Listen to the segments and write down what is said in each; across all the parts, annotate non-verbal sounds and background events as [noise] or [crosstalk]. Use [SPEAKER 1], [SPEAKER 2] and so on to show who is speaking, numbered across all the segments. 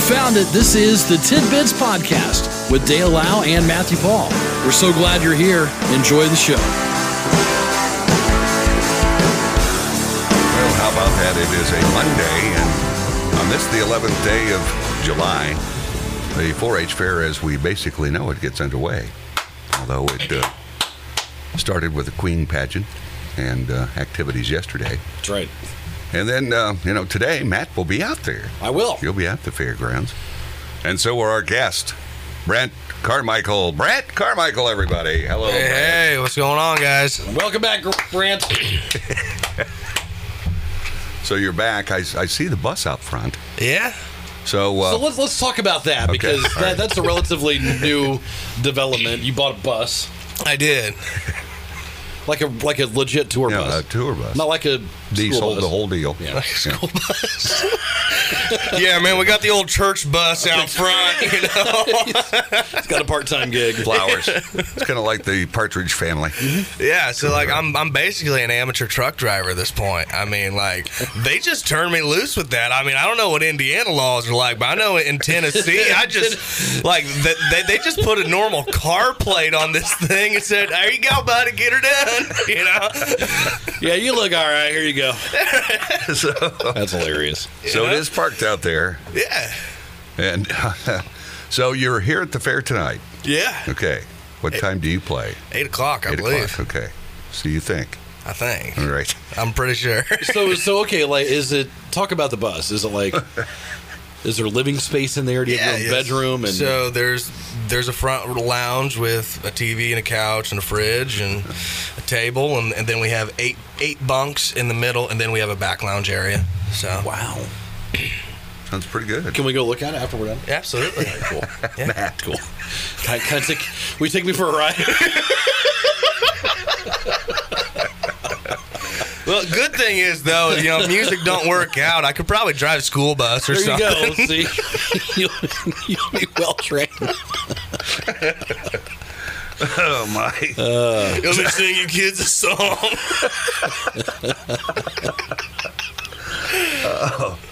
[SPEAKER 1] found it. This is the Tidbits Podcast with Dale Lau and Matthew Paul. We're so glad you're here. Enjoy the show.
[SPEAKER 2] Well, how about that? It is a Monday, and on this, the 11th day of July, the 4 H fair, as we basically know it, gets underway. Although it uh, started with a Queen pageant and uh, activities yesterday.
[SPEAKER 3] That's right.
[SPEAKER 2] And then, uh, you know, today, Matt will be out there.
[SPEAKER 3] I will.
[SPEAKER 2] You'll be at the fairgrounds. And so are our guest, Brent Carmichael. Brent Carmichael, everybody. Hello.
[SPEAKER 4] Hey,
[SPEAKER 2] Brent.
[SPEAKER 4] hey, what's going on, guys?
[SPEAKER 3] Welcome back, Brant.
[SPEAKER 2] So you're back. I, I see the bus out front.
[SPEAKER 4] Yeah,
[SPEAKER 2] So, uh,
[SPEAKER 3] So let's let's talk about that because
[SPEAKER 2] all
[SPEAKER 3] that,
[SPEAKER 2] right.
[SPEAKER 3] that's a relatively new development. You bought a bus,
[SPEAKER 4] I did.
[SPEAKER 3] like a like a legit tour
[SPEAKER 2] yeah,
[SPEAKER 3] bus,
[SPEAKER 2] a tour bus.
[SPEAKER 3] not like a
[SPEAKER 2] Diesel,
[SPEAKER 3] school bus.
[SPEAKER 2] the whole deal.
[SPEAKER 3] Yeah.
[SPEAKER 2] Yeah.
[SPEAKER 4] Yeah, man, we got the old church bus out front. You know.
[SPEAKER 3] It's got a part time
[SPEAKER 2] [laughs]
[SPEAKER 3] gig.
[SPEAKER 2] Flowers. it's kind of like the Partridge Family.
[SPEAKER 4] [laughs] yeah, so like I'm I'm basically an amateur truck driver at this point. I mean, like they just turned me loose with that. I mean, I don't know what Indiana laws are like, but I know in Tennessee, I [laughs] just like they, they, they just put a normal car plate on this thing and said, "There you go, buddy, get her done." [laughs] You know.
[SPEAKER 3] yeah, you look all right. Here you
[SPEAKER 2] [laughs]
[SPEAKER 3] go.
[SPEAKER 2] [laughs] so,
[SPEAKER 3] That's hilarious.
[SPEAKER 2] so it is parked out there,
[SPEAKER 4] Yeah.
[SPEAKER 2] and [laughs] so you're here at the fair tonight.
[SPEAKER 4] Yeah.
[SPEAKER 2] Okay. What time do you play?
[SPEAKER 4] Eight o'clock, I believe.
[SPEAKER 2] Okay. So you think?
[SPEAKER 4] I think.
[SPEAKER 2] All right. [laughs]
[SPEAKER 4] I'm pretty sure. [laughs]
[SPEAKER 3] So so okay, like is it talk about the bus? Is it like is there living space in there? Do you have your own
[SPEAKER 4] yes.
[SPEAKER 3] bedroom and
[SPEAKER 4] so there's there's a front lounge with a TV and a couch and a fridge and a table and, and then we have eight eight bunks in the middle and then we have a back lounge area. So
[SPEAKER 3] wow?
[SPEAKER 2] Sounds pretty good.
[SPEAKER 3] Can we go look at it after we're done?
[SPEAKER 4] absolutely.
[SPEAKER 3] Cool.
[SPEAKER 4] Yeah.
[SPEAKER 3] Cool. Can I, can I take? Will you take me for a
[SPEAKER 4] [laughs]
[SPEAKER 3] ride?
[SPEAKER 4] Well, good thing is though, you know, if music don't work out. I could probably drive a school bus or
[SPEAKER 3] There
[SPEAKER 4] something. [laughs]
[SPEAKER 3] you go. See, [laughs] you'll, you'll be well trained.
[SPEAKER 2] Oh my!
[SPEAKER 4] Let me sing you kids a song.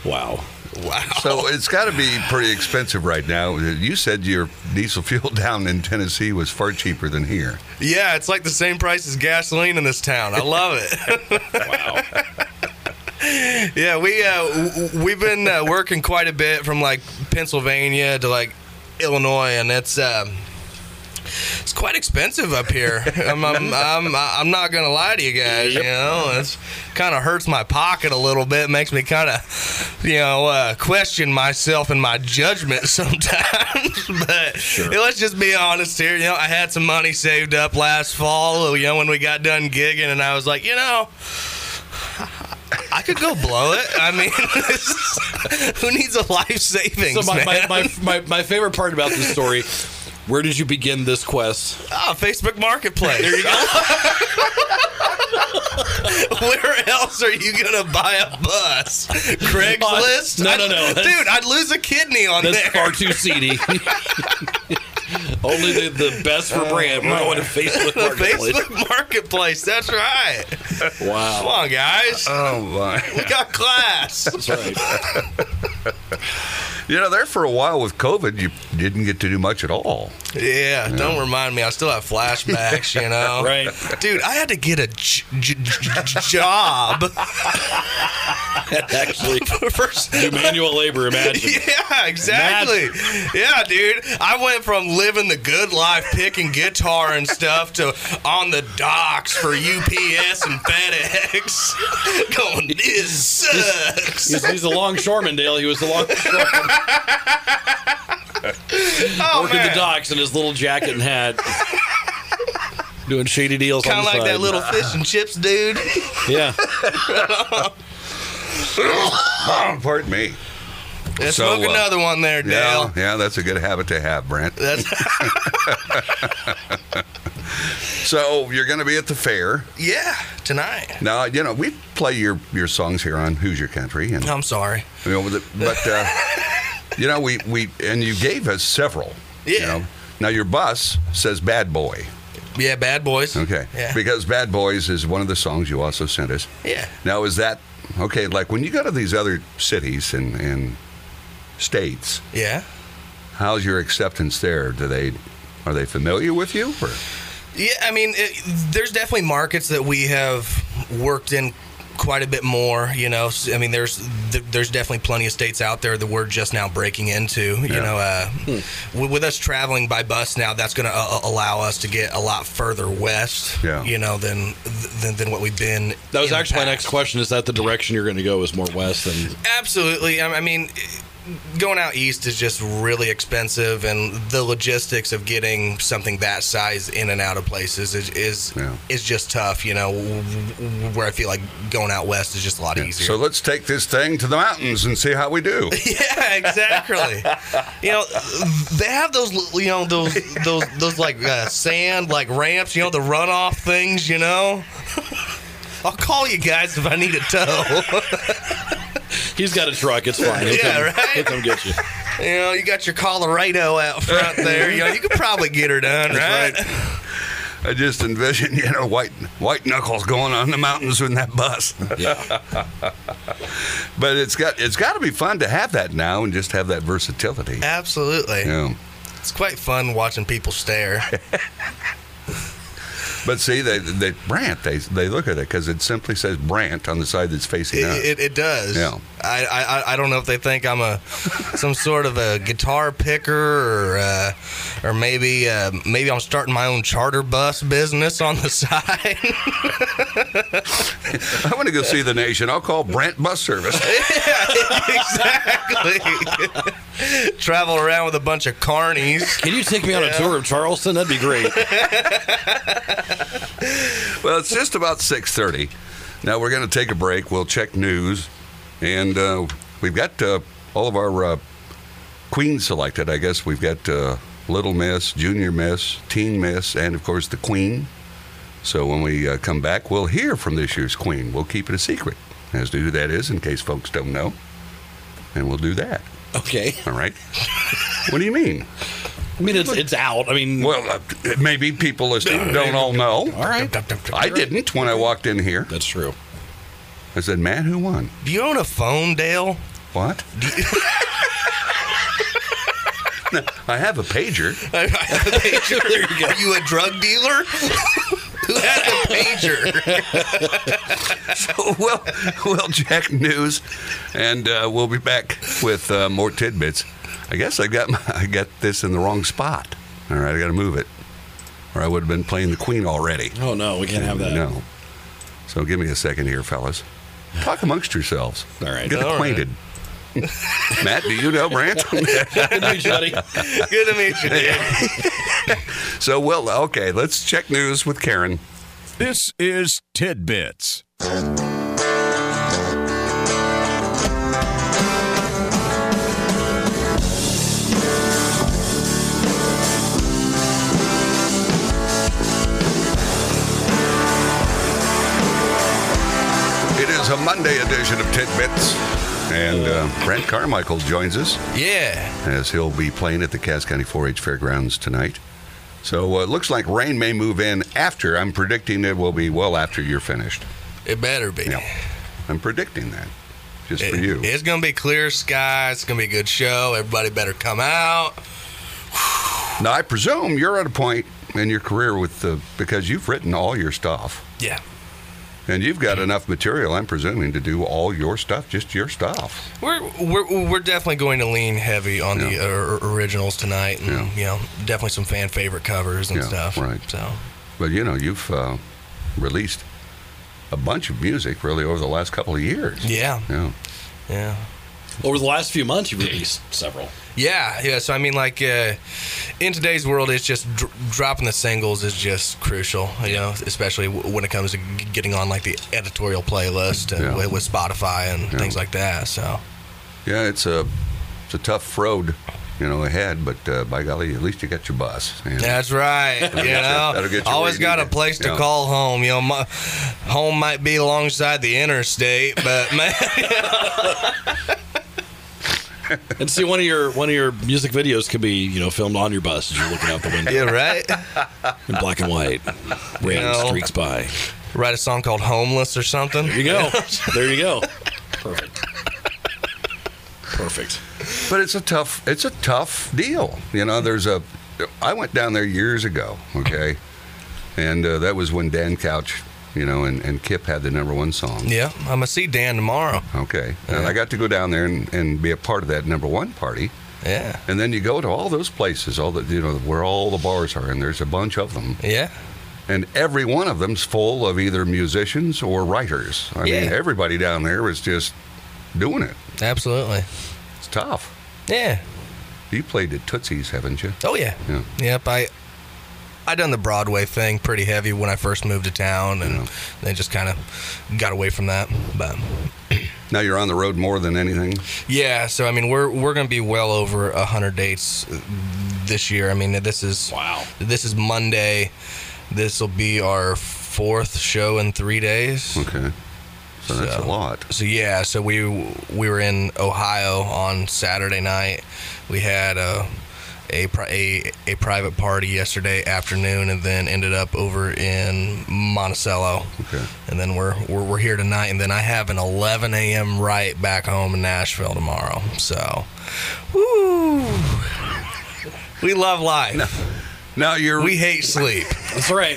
[SPEAKER 3] Wow.
[SPEAKER 4] Wow.
[SPEAKER 2] [laughs] so it's got to be pretty expensive right now. You said your diesel [laughs] fuel down in Tennessee was far cheaper than here.
[SPEAKER 4] Yeah, it's like the same price as gasoline in this town. I love it.
[SPEAKER 3] Wow.
[SPEAKER 4] [laughs] Yeah, we uh, w- w- we've been uh, working quite a bit from like Pennsylvania to like Illinois, and it's um, it's quite expensive up here. [laughs] I'm I'm, I'm I'm not gonna lie to you guys. You know, it's kind of hurts my pocket a little bit. Makes me kind of you know uh, question myself and my judgment [laughs] sometimes. [laughs] but yeah, let's just be honest here. You know, I had some money saved up last fall. You know, when we got done gigging, and I was like, you know. I could go blow it. I mean, [laughs] who needs a life savings,
[SPEAKER 3] So my, my,
[SPEAKER 4] man?
[SPEAKER 3] my, my, my favorite part about this story. Where did you begin this quest?
[SPEAKER 4] Ah, Facebook Marketplace. There
[SPEAKER 3] [laughs]
[SPEAKER 4] you go. Where else are you gonna buy a bus? Craigslist?
[SPEAKER 3] No, no, no.
[SPEAKER 4] I'd- dude, I'd lose a kidney on
[SPEAKER 3] That's
[SPEAKER 4] there.
[SPEAKER 3] far too
[SPEAKER 4] [laughs]
[SPEAKER 3] seedy. Only the, the best for brand. We're going to Facebook Marketplace.
[SPEAKER 4] [laughs] Facebook Marketplace. That's right. Come
[SPEAKER 3] Wow.
[SPEAKER 4] on, guys.
[SPEAKER 3] Uh,
[SPEAKER 2] Oh my!
[SPEAKER 4] we got class.
[SPEAKER 3] That's right.
[SPEAKER 2] [laughs] You know, there for a while with COVID, you didn't get to do much at all.
[SPEAKER 4] Yeah, don't remind me. I still have flashbacks, you know.
[SPEAKER 3] [laughs] Right.
[SPEAKER 4] Dude, I had to get a j- j- j- j- job.
[SPEAKER 3] [laughs] Actually,
[SPEAKER 4] First,
[SPEAKER 3] do manual labor. Imagine.
[SPEAKER 4] [laughs] Yeah, exactly. Yeah, dude. I went from living the good life, picking guitar and stuff, to on the docks for UPS and FedEx. [laughs] Going, this
[SPEAKER 3] [laughs]
[SPEAKER 4] sucks.
[SPEAKER 3] He's, he's a longshoreman, Dale. He was a
[SPEAKER 4] [laughs]
[SPEAKER 3] longshoreman.
[SPEAKER 4] Oh,
[SPEAKER 3] working
[SPEAKER 4] man.
[SPEAKER 3] the docks in his little jacket and
[SPEAKER 4] [laughs]
[SPEAKER 3] hat, doing shady deals.
[SPEAKER 4] Kind
[SPEAKER 3] on
[SPEAKER 4] of
[SPEAKER 3] the
[SPEAKER 4] like
[SPEAKER 3] side.
[SPEAKER 4] that little fish and chips
[SPEAKER 3] [laughs]
[SPEAKER 4] dude. [laughs]
[SPEAKER 3] yeah.
[SPEAKER 2] Oh, pardon me.
[SPEAKER 4] Let's
[SPEAKER 2] So,
[SPEAKER 4] smoke
[SPEAKER 2] uh,
[SPEAKER 4] another one there,
[SPEAKER 2] Yeah,
[SPEAKER 4] Dale.
[SPEAKER 2] yeah, that's a good habit to have, Brent.
[SPEAKER 4] That's, [laughs]
[SPEAKER 2] So you're going to be at the fair.
[SPEAKER 4] yeah, tonight.
[SPEAKER 2] Now, you know, we play your, your songs here on Who's Your Country. And,
[SPEAKER 4] I'm sorry.
[SPEAKER 2] you know, with it- but,
[SPEAKER 4] [laughs]
[SPEAKER 2] uh, you know, we, we, and you gave us several. you
[SPEAKER 4] Yeah.
[SPEAKER 2] know. Now, your bus says Bad Boy.
[SPEAKER 4] Yeah, bad boys.
[SPEAKER 2] Okay.
[SPEAKER 4] Yeah.
[SPEAKER 2] Because Bad Boys is one of the songs you also sent us.
[SPEAKER 4] yeah.
[SPEAKER 2] Now, is that, okay, like when you go to these other cities and, and states.
[SPEAKER 4] Yeah.
[SPEAKER 2] How's your acceptance there? Do they are they familiar with you? Or?
[SPEAKER 4] Yeah, I mean, it, there's definitely markets that we have worked in quite a bit more. You know, S- I mean, there's th- there's definitely plenty of states out there that we're just now breaking into. You
[SPEAKER 2] Yeah. Hmm.
[SPEAKER 4] know, uh, with, with us traveling by bus now, that's going to uh, allow us to get a lot further west.
[SPEAKER 2] Yeah.
[SPEAKER 4] You know, than than, than what we've been.
[SPEAKER 3] That was
[SPEAKER 4] in the
[SPEAKER 3] actually my
[SPEAKER 4] past.
[SPEAKER 3] next question. Is that the direction you're going to go? Is more west than
[SPEAKER 4] Absolutely. I I mean, going out east is just really expensive, and the logistics of getting something that size in and out of places is is,
[SPEAKER 2] Yeah.
[SPEAKER 4] is just tough. You know, w- w- where I feel like going out west is just a lot easier.
[SPEAKER 2] So let's take this thing to the mountains and see how we do.
[SPEAKER 4] [laughs] yeah, exactly. you know, they have those, you know, those those those like uh, sand like ramps. You know, the runoff things. You know. [laughs] I'll call you guys if I need a tow.
[SPEAKER 3] [laughs]
[SPEAKER 4] [laughs]
[SPEAKER 3] he's got a truck? It's fine. He'll
[SPEAKER 4] Yeah,
[SPEAKER 3] come,
[SPEAKER 4] right?
[SPEAKER 3] He'll come get you.
[SPEAKER 4] You know, you got your Colorado
[SPEAKER 2] [laughs]
[SPEAKER 4] out front there. You know, you could probably get her done, right?
[SPEAKER 2] I just envision, you know, white white knuckles going on the mountains in that bus.
[SPEAKER 3] Yeah,
[SPEAKER 2] [laughs] But it's got it's got to be fun to have that now and just have that versatility.
[SPEAKER 4] Absolutely.
[SPEAKER 2] Yeah.
[SPEAKER 4] It's quite fun watching
[SPEAKER 2] [laughs]
[SPEAKER 4] people stare.
[SPEAKER 2] But see, they they Brant they they look at it because it simply says Brant on the side that's facing up.
[SPEAKER 4] It, it, it does.
[SPEAKER 2] Yeah.
[SPEAKER 4] I, I I- I don't know if they think I'm a some sort of a guitar picker or uh, or maybe uh, maybe I'm starting my own charter bus business on the [laughs] side.
[SPEAKER 2] I want to go see the nation. I'll call Brant Bus
[SPEAKER 4] [laughs]
[SPEAKER 2] Service.
[SPEAKER 4] exactly. [laughs] Travel around with a bunch of carnies.
[SPEAKER 3] can you take me on a tour of Charleston? That'd be
[SPEAKER 4] [laughs]
[SPEAKER 3] great.
[SPEAKER 2] well, it's just about six thirty. Now we're going to take a break. We'll check news, and uh, we've got uh, all of our uh, queens selected. I guess we've got uh, Little Miss, Junior Miss, Teen Miss, and of course the Queen. So when we uh, come back, we'll hear from this year's Queen. We'll keep it a secret as to who that is, in case folks don't know, and we'll do that.
[SPEAKER 3] Okay.
[SPEAKER 2] All right. what do you mean?
[SPEAKER 3] I mean, it's it's out. I mean,
[SPEAKER 2] Well, uh, maybe people listening don't all know.
[SPEAKER 3] all right.
[SPEAKER 2] I didn't when I walked in here.
[SPEAKER 3] That's true.
[SPEAKER 2] I said, "Man, who won?
[SPEAKER 4] Do you own a phone, Dale? [laughs]
[SPEAKER 2] What?" No, I have a pager.
[SPEAKER 4] [laughs] there you go. Are you a drug dealer? [laughs] Who has a pager?
[SPEAKER 2] we'll, we'll check news, and uh, we'll be back with uh, more tidbits. I guess I got my, I got this in the wrong spot. All right, I got to move it, or I would have been playing the Queen already.
[SPEAKER 3] Oh no, we can't have that.
[SPEAKER 2] No. So give me a second here, fellas. Talk amongst yourselves.
[SPEAKER 3] All right.
[SPEAKER 2] Get
[SPEAKER 4] All right.
[SPEAKER 2] acquainted. Matt, do you know Brant?
[SPEAKER 3] [laughs] Good night, [laughs] buddy.
[SPEAKER 4] Good to meet you. Dale.
[SPEAKER 2] so, well, okay, let's check news with Karen.
[SPEAKER 5] This is Tidbits.
[SPEAKER 2] It is a Monday edition of Tidbits, and uh, Brent Carmichael joins us
[SPEAKER 4] Yeah.
[SPEAKER 2] as he'll be playing at the Cass County 4-H Fairgrounds tonight. So uh, it looks like rain may move in after. I'm predicting it will be well after you're finished.
[SPEAKER 4] It better be.
[SPEAKER 2] Yeah, I'm predicting that just for
[SPEAKER 4] It-
[SPEAKER 2] you.
[SPEAKER 4] It's gonna be clear sky. It's gonna be a good show. Everybody better come out.
[SPEAKER 2] Now, I presume you're at a point in your career with the because you've written all your stuff
[SPEAKER 4] Yeah.
[SPEAKER 2] and you've got enough material. I'm presuming to do all your stuff, just your stuff.
[SPEAKER 4] We're we're, we're definitely going to lean heavy on the uh, originals tonight, and
[SPEAKER 2] Yeah.
[SPEAKER 4] you know, definitely some fan favorite covers and
[SPEAKER 2] Yeah,
[SPEAKER 4] stuff.
[SPEAKER 2] right.
[SPEAKER 4] So
[SPEAKER 2] But you know, you've uh, released a bunch of music really over the last couple of years.
[SPEAKER 4] yeah,
[SPEAKER 2] Yeah.
[SPEAKER 4] yeah.
[SPEAKER 3] Over the last few months, you've released several.
[SPEAKER 4] Yeah, yeah. So I mean, like uh, in today's world, it's just dr- dropping the singles is just crucial. You know, especially w- when it comes to g- getting on like the editorial playlist and
[SPEAKER 2] Yeah.
[SPEAKER 4] with, with Spotify and things like that. So
[SPEAKER 2] Yeah, it's a it's a tough road, you know, ahead. But uh, by golly, at least you got your bus. and-
[SPEAKER 4] that's right. You
[SPEAKER 2] get you-
[SPEAKER 4] know,
[SPEAKER 2] that'll get you
[SPEAKER 4] always
[SPEAKER 2] where you
[SPEAKER 4] got
[SPEAKER 2] need
[SPEAKER 4] a
[SPEAKER 2] to-
[SPEAKER 4] place to
[SPEAKER 2] yeah.
[SPEAKER 4] call home. You know, my home might be alongside the interstate, but [laughs] man,
[SPEAKER 3] And see, one of your one of your music videos could be you know filmed on your bus as you're looking out the window
[SPEAKER 4] yeah, [laughs] right.
[SPEAKER 3] in black and white. Rain
[SPEAKER 4] No.
[SPEAKER 3] streaks by.
[SPEAKER 4] Write a song called "Homeless" or something.
[SPEAKER 3] There you go. There you go. Perfect. Perfect.
[SPEAKER 2] But it's a tough it's a tough deal. You know, there's a I went down there years ago, okay? And uh, that was when Dan Couch, you know, and, and Kip had the number one song.
[SPEAKER 4] Yeah, I'm gonna see Dan tomorrow.
[SPEAKER 2] Okay. And I got to go down there and, and be a part of that number one party.
[SPEAKER 4] Yeah,
[SPEAKER 2] And then you go to all those places, all the you know, where all the bars are and there's a bunch of them.
[SPEAKER 4] yeah,
[SPEAKER 2] And every one of them's full of either musicians or writers. I mean
[SPEAKER 4] Yeah.
[SPEAKER 2] everybody down there is just doing it.
[SPEAKER 4] absolutely.
[SPEAKER 2] It's tough.
[SPEAKER 4] Yeah.
[SPEAKER 2] You played at Tootsie's, haven't you?
[SPEAKER 4] Oh yeah.
[SPEAKER 2] Yeah.
[SPEAKER 4] Yep. I I done the Broadway thing pretty heavy when I first moved to town, and
[SPEAKER 2] Yeah.
[SPEAKER 4] then just kind of got away from that. But
[SPEAKER 2] Now you're on the road more than anything.
[SPEAKER 4] yeah, so I mean, we're we're gonna be well over a hundred dates uh, this year. I mean, this is
[SPEAKER 3] Wow.
[SPEAKER 4] This is Monday. This will be our fourth show in three days.
[SPEAKER 2] Okay. So that's a
[SPEAKER 4] So-
[SPEAKER 2] lot.
[SPEAKER 4] So yeah, so we we were in Ohio on Saturday night. We had a a pri- a, a private party yesterday afternoon, and then ended up over in Monticello.
[SPEAKER 2] Okay.
[SPEAKER 4] And then we're we're, we're here tonight, and then I have an 11 a.m. right back home in Nashville tomorrow. So, woo, we love life.
[SPEAKER 2] Now you're
[SPEAKER 4] We hate sleep.
[SPEAKER 3] That's
[SPEAKER 4] [laughs]
[SPEAKER 3] right.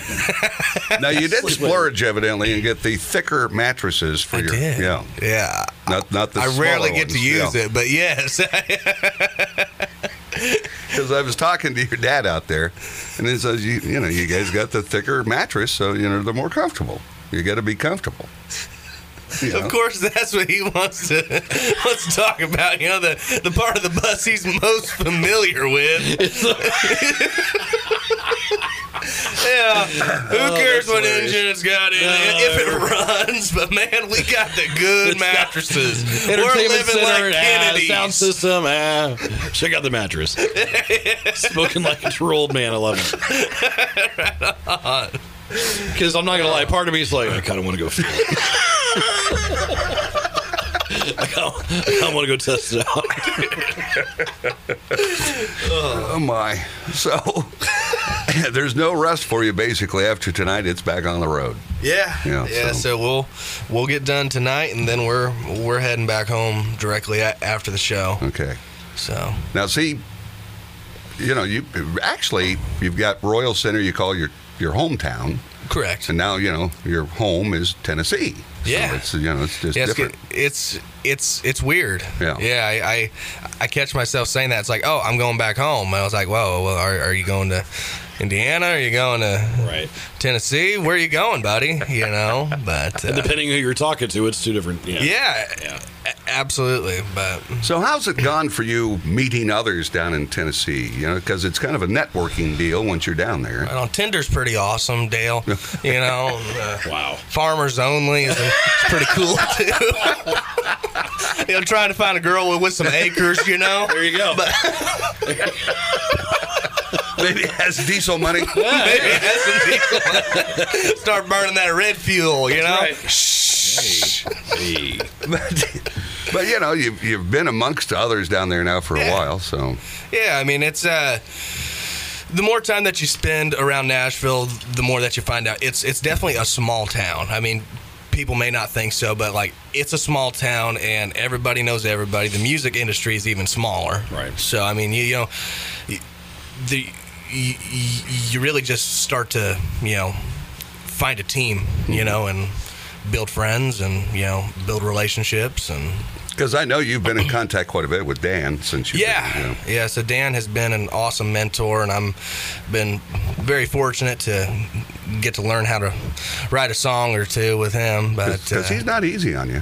[SPEAKER 2] now you did
[SPEAKER 3] Sleep
[SPEAKER 2] splurge evidently and get the thicker mattresses for
[SPEAKER 4] I
[SPEAKER 2] your
[SPEAKER 4] did.
[SPEAKER 2] yeah.
[SPEAKER 4] Yeah.
[SPEAKER 2] Not not the
[SPEAKER 4] I rarely get to use
[SPEAKER 2] it.
[SPEAKER 4] it, but yes. [laughs]
[SPEAKER 2] because I was talking to your dad out there, and he says, "You, you know, you guys got the thicker mattress, so you know they're more comfortable. You got to be comfortable." You know?
[SPEAKER 4] Of course, that's what he wants to [laughs] wants to talk about. You know, the, the part of the bus he's most familiar with. yeah, who cares
[SPEAKER 3] Oh,
[SPEAKER 4] what
[SPEAKER 3] hilarious.
[SPEAKER 4] engine it's got in it if it runs? But man, we got the good mattresses. We're
[SPEAKER 3] Entertainment
[SPEAKER 4] living
[SPEAKER 3] center,
[SPEAKER 4] like
[SPEAKER 3] ah,
[SPEAKER 4] Kennedys.
[SPEAKER 3] sound system. Ah. Check out the
[SPEAKER 4] [laughs]
[SPEAKER 3] mattress. Spoken like a true old man. I love it. Because I'm not gonna lie, part of me is like, I kind of want to go feel it. [laughs] I kind of want to go test it out.
[SPEAKER 2] Oh my! So [laughs] there's no rest for you basically after tonight. It's back on the road.
[SPEAKER 4] yeah,
[SPEAKER 2] Yeah,
[SPEAKER 4] yeah.
[SPEAKER 2] so-
[SPEAKER 4] so. we'll we'll get done tonight, and then we're we're heading back home directly a- after the show.
[SPEAKER 2] Okay.
[SPEAKER 4] So
[SPEAKER 2] Now see, you know, you actually you've got Royal Center. You call your your hometown,
[SPEAKER 4] correct.
[SPEAKER 2] and now you know your home is Tennessee. So
[SPEAKER 4] Yeah.
[SPEAKER 2] it's you know it's just
[SPEAKER 4] Yeah, it's,
[SPEAKER 2] different.
[SPEAKER 4] it's it's it's weird.
[SPEAKER 2] Yeah.
[SPEAKER 4] yeah. I, I I catch myself saying that. It's like, oh, I'm going back home. I was like, whoa, well, are, are you going to Indiana? Are you going to
[SPEAKER 3] Right.
[SPEAKER 4] Tennessee? Where are you going, buddy?
[SPEAKER 3] [laughs]
[SPEAKER 4] You know, but uh,
[SPEAKER 3] Depending who you're talking to, it's two different. Yeah.
[SPEAKER 4] yeah,
[SPEAKER 3] Yeah.
[SPEAKER 4] a- absolutely. But
[SPEAKER 2] So how's it gone for you meeting others down in Tennessee? You know, because it's kind of a networking deal once you're down there.
[SPEAKER 4] I don't, Tinder's pretty awesome, Dale. You know, and, uh,
[SPEAKER 3] [laughs] Wow.
[SPEAKER 4] farmers only is uh, it's pretty
[SPEAKER 3] [laughs]
[SPEAKER 4] cool too. [laughs] you know, trying to find a girl with, with some acres. You know,
[SPEAKER 3] There you go.
[SPEAKER 2] [laughs] Maybe it has diesel money.
[SPEAKER 4] [laughs] Maybe that's some people. [laughs] Start burning that red fuel, you know?
[SPEAKER 3] Hey.
[SPEAKER 2] But, but you know, you've, you've been amongst others down there now for a
[SPEAKER 4] Yeah.
[SPEAKER 2] while. So
[SPEAKER 4] Yeah, I mean, it's. Uh, the more time that you spend around Nashville, the more that you find out it's it's definitely a small town. I mean, people may not think so, but like it's a small town and everybody knows everybody. The music industry is even smaller.
[SPEAKER 3] Right.
[SPEAKER 4] So I mean, you, you know, y- the you, you really just start to you know find a team, you know, and build friends and you know build relationships and
[SPEAKER 2] because I know you've been in contact quite a bit with Dan since you.
[SPEAKER 4] yeah.
[SPEAKER 2] you know.
[SPEAKER 4] Yeah. So Dan has been an awesome mentor, and I'm been very fortunate to get to learn how to write a song or two with him. But
[SPEAKER 2] Because
[SPEAKER 4] uh,
[SPEAKER 2] he's not easy on you.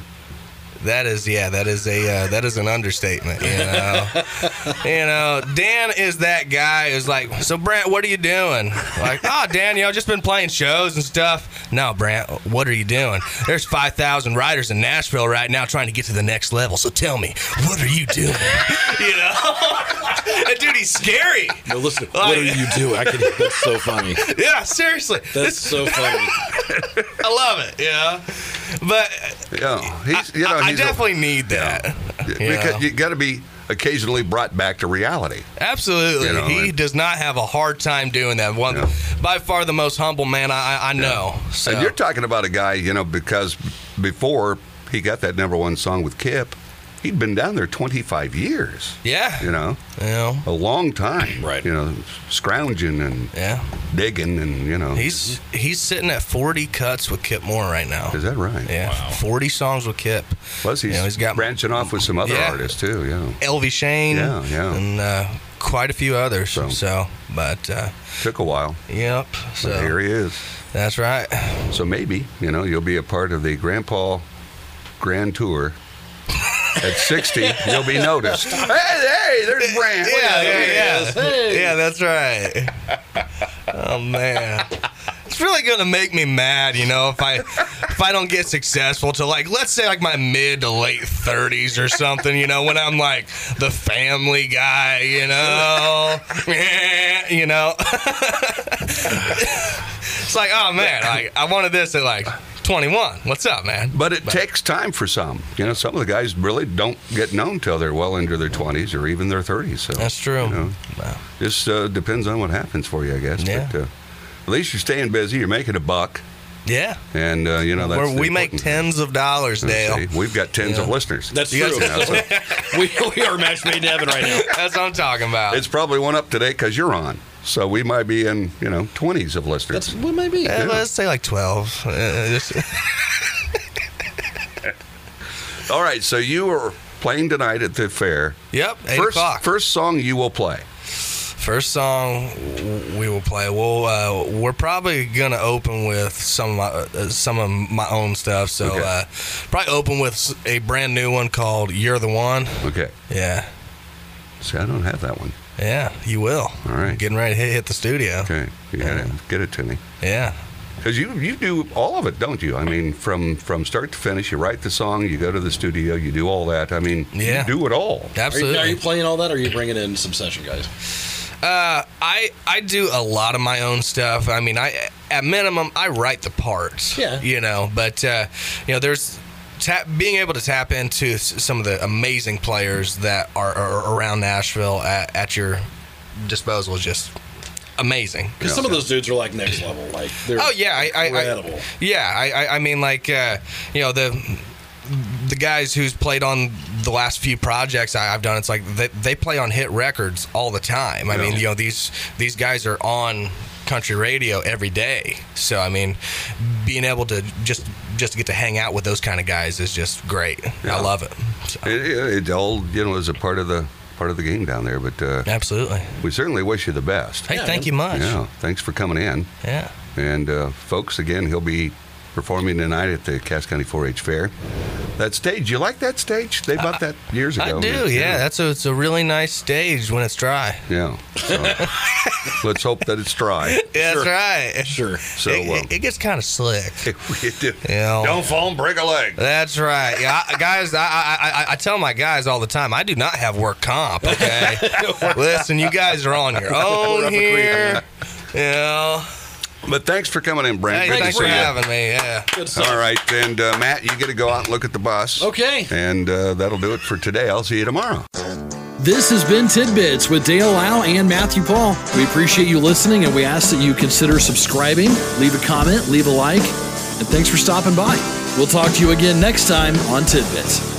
[SPEAKER 4] that is, yeah, that is a uh, that is an understatement. You know, you know, Dan is that guy who's like, so Brant, what are you doing? Like, oh, Dan, you know, just been playing shows and stuff. No, Brant, what are you doing? There's five thousand writers in Nashville right now trying to get to the next level. So tell me, what are you doing? [laughs] you know, that dude, he's scary.
[SPEAKER 3] No, listen.
[SPEAKER 4] Oh,
[SPEAKER 3] What are you doing? I can. That's so funny.
[SPEAKER 4] Yeah, seriously,
[SPEAKER 3] That's so funny.
[SPEAKER 4] I love it. Yeah, but
[SPEAKER 2] Yeah, he's, you know,
[SPEAKER 4] I, I
[SPEAKER 2] he's a-
[SPEAKER 4] definitely need that.
[SPEAKER 2] because you got to be occasionally brought back to reality.
[SPEAKER 4] Absolutely.
[SPEAKER 2] You know,
[SPEAKER 4] he
[SPEAKER 2] and-
[SPEAKER 4] does not have a hard time doing that. One,
[SPEAKER 2] Yeah.
[SPEAKER 4] by far the most humble man I, I- I know. So
[SPEAKER 2] And you're talking about a guy, you know, because before he got that number one song with Kip, he he'd been down there 25 years.
[SPEAKER 4] Yeah.
[SPEAKER 2] You know,
[SPEAKER 4] You know,
[SPEAKER 2] a long time.
[SPEAKER 3] Right.
[SPEAKER 2] You know, scrounging and
[SPEAKER 4] yeah.
[SPEAKER 2] digging and, you know.
[SPEAKER 4] He's he's sitting at 40 cuts with Kip Moore right now.
[SPEAKER 2] Is that right?
[SPEAKER 4] Yeah, 40 songs with Kip.
[SPEAKER 2] Plus, he's,
[SPEAKER 4] You know, he's got-
[SPEAKER 2] branching off with some other
[SPEAKER 4] Yeah.
[SPEAKER 2] artists, too. Yeah.
[SPEAKER 4] Elvie Shane.
[SPEAKER 2] Yeah, yeah.
[SPEAKER 4] And uh, quite a few others.
[SPEAKER 2] So-
[SPEAKER 4] So, but uh,
[SPEAKER 2] Took a while.
[SPEAKER 4] yep. So
[SPEAKER 2] But here he is.
[SPEAKER 4] that's right.
[SPEAKER 2] So maybe, you know, you'll be a part of the Grandpa Grand Tour. At 60, you'll be
[SPEAKER 4] [laughs]
[SPEAKER 2] noticed. Hey, hey, there's Brand.
[SPEAKER 4] yeah, yeah. Yeah, that's right. oh man. It's really gonna make me mad, you know, if I if I don't get successful to like let's say like my mid to late thirties or something, you know, when I'm like the family guy, you know. [laughs] Yeah, you know. [laughs] it's like, oh man, like I wanted this at like twenty one. What's up, man?
[SPEAKER 2] But it takes time for some. You know, some of the guys really don't get known till they're well into their 20s or even their 30s. So
[SPEAKER 4] That's true.
[SPEAKER 2] You know,
[SPEAKER 4] Wow.
[SPEAKER 2] just uh, depends on what happens for you, I guess.
[SPEAKER 4] Yeah.
[SPEAKER 2] But uh, at least you're staying busy. You're making a buck,
[SPEAKER 4] Yeah.
[SPEAKER 2] and uh, you know that's
[SPEAKER 4] Where
[SPEAKER 2] the
[SPEAKER 4] we make
[SPEAKER 2] important- Uh,
[SPEAKER 4] tens of dollars, Dale.
[SPEAKER 2] See, we've got tens of listeners.
[SPEAKER 3] That's
[SPEAKER 4] You
[SPEAKER 3] true.
[SPEAKER 2] Yeah, so
[SPEAKER 3] [laughs] we, we are match made to heaven right now.
[SPEAKER 4] That's what I'm talking about.
[SPEAKER 2] it's probably one up today because you're on. So we might be in you know 20s of listeners.
[SPEAKER 3] That's what maybe.
[SPEAKER 4] Eh, Let's say like 12. Uh, just-
[SPEAKER 2] All right. So you are playing tonight at the fair.
[SPEAKER 4] yep, 8
[SPEAKER 2] first,
[SPEAKER 4] o'clock. First,
[SPEAKER 2] first song you will play.
[SPEAKER 4] song w- we will play. We'll, uh, we're probably going to open with some of my, uh, some of my own stuff. So
[SPEAKER 2] Okay.
[SPEAKER 4] uh, probably open with s- a brand new one called You're the One.
[SPEAKER 2] Okay.
[SPEAKER 4] Yeah.
[SPEAKER 2] See, I don't have that one.
[SPEAKER 4] Yeah, you will.
[SPEAKER 2] All right.
[SPEAKER 4] Getting ready to hit, hit the studio.
[SPEAKER 2] Okay. You gotta get it to me.
[SPEAKER 4] Yeah.
[SPEAKER 2] Because you you do all of it, don't you? I mean, from from start to finish, you write the song, you go to the studio, you do all that. I mean,
[SPEAKER 4] Yeah.
[SPEAKER 2] you do it all.
[SPEAKER 3] Are you,
[SPEAKER 4] Absolutely.
[SPEAKER 3] are you playing all that, or are you bringing in some session guys?
[SPEAKER 4] Uh, I I do a lot of my own stuff. I mean, I at minimum I write the parts.
[SPEAKER 3] Yeah.
[SPEAKER 4] You know, but uh, you know, there's tap being able to tap into s- some of the amazing players that are, are around Nashville at, at your disposal is just amazing.
[SPEAKER 3] Because some of those dudes are like next level. Like they're
[SPEAKER 4] Oh yeah, I, I,
[SPEAKER 3] incredible.
[SPEAKER 4] I yeah, I, I, I mean like uh, you know the the guys who's played on the last few projects I, I've done. It's like they, they play on hit records all the time. I mean,
[SPEAKER 2] Yeah.
[SPEAKER 4] you know these these guys are on country radio every day. So I mean, being able to just just get to hang out with those kind of guys is just great.
[SPEAKER 2] Yeah.
[SPEAKER 4] I love it. So,
[SPEAKER 2] It, it, it all you know is a part of the part of the game down there. But uh,
[SPEAKER 4] absolutely.
[SPEAKER 2] we certainly wish you the best.
[SPEAKER 4] Hey,
[SPEAKER 3] Yeah,
[SPEAKER 4] thank you much.
[SPEAKER 2] Yeah, thanks for coming in.
[SPEAKER 4] yeah.
[SPEAKER 2] And uh, folks, again, he'll be performing tonight at the Cass County 4-H Fair. That stage, you like that stage? They bought that years ago.
[SPEAKER 4] I do, yeah. That's a, it's a really nice stage when it's dry.
[SPEAKER 2] Yeah.
[SPEAKER 4] [laughs]
[SPEAKER 2] So, let's hope that it's dry.
[SPEAKER 4] Yeah, that's right.
[SPEAKER 3] Sure.
[SPEAKER 2] So
[SPEAKER 4] it,
[SPEAKER 2] uh,
[SPEAKER 4] it- it gets kind of slick.
[SPEAKER 2] [laughs] we do.
[SPEAKER 4] Yeah.
[SPEAKER 2] Don't fall and break a leg.
[SPEAKER 4] That's right. Yeah, I, guys, I, I, I, I tell my guys all the time, I do not have work comp, okay? [laughs] Listen, you guys are on [laughs] your own here. Yeah.
[SPEAKER 2] But thanks for coming in, Brent.
[SPEAKER 4] Hey,
[SPEAKER 2] Good
[SPEAKER 4] thanks
[SPEAKER 2] to
[SPEAKER 4] for
[SPEAKER 2] see you.
[SPEAKER 4] having me. Yeah.
[SPEAKER 3] Good stuff.
[SPEAKER 2] All right, and uh, Matt, you get to go out and look at the bus.
[SPEAKER 3] Okay.
[SPEAKER 2] And uh, that'll do it for today. I'll see you tomorrow.
[SPEAKER 1] This has been Tidbits with Dale Lau and Matthew Paul. We appreciate you listening and we ask that you consider subscribing, leave a comment, leave a like, and thanks for stopping by. We'll talk to you again next time on Tidbits.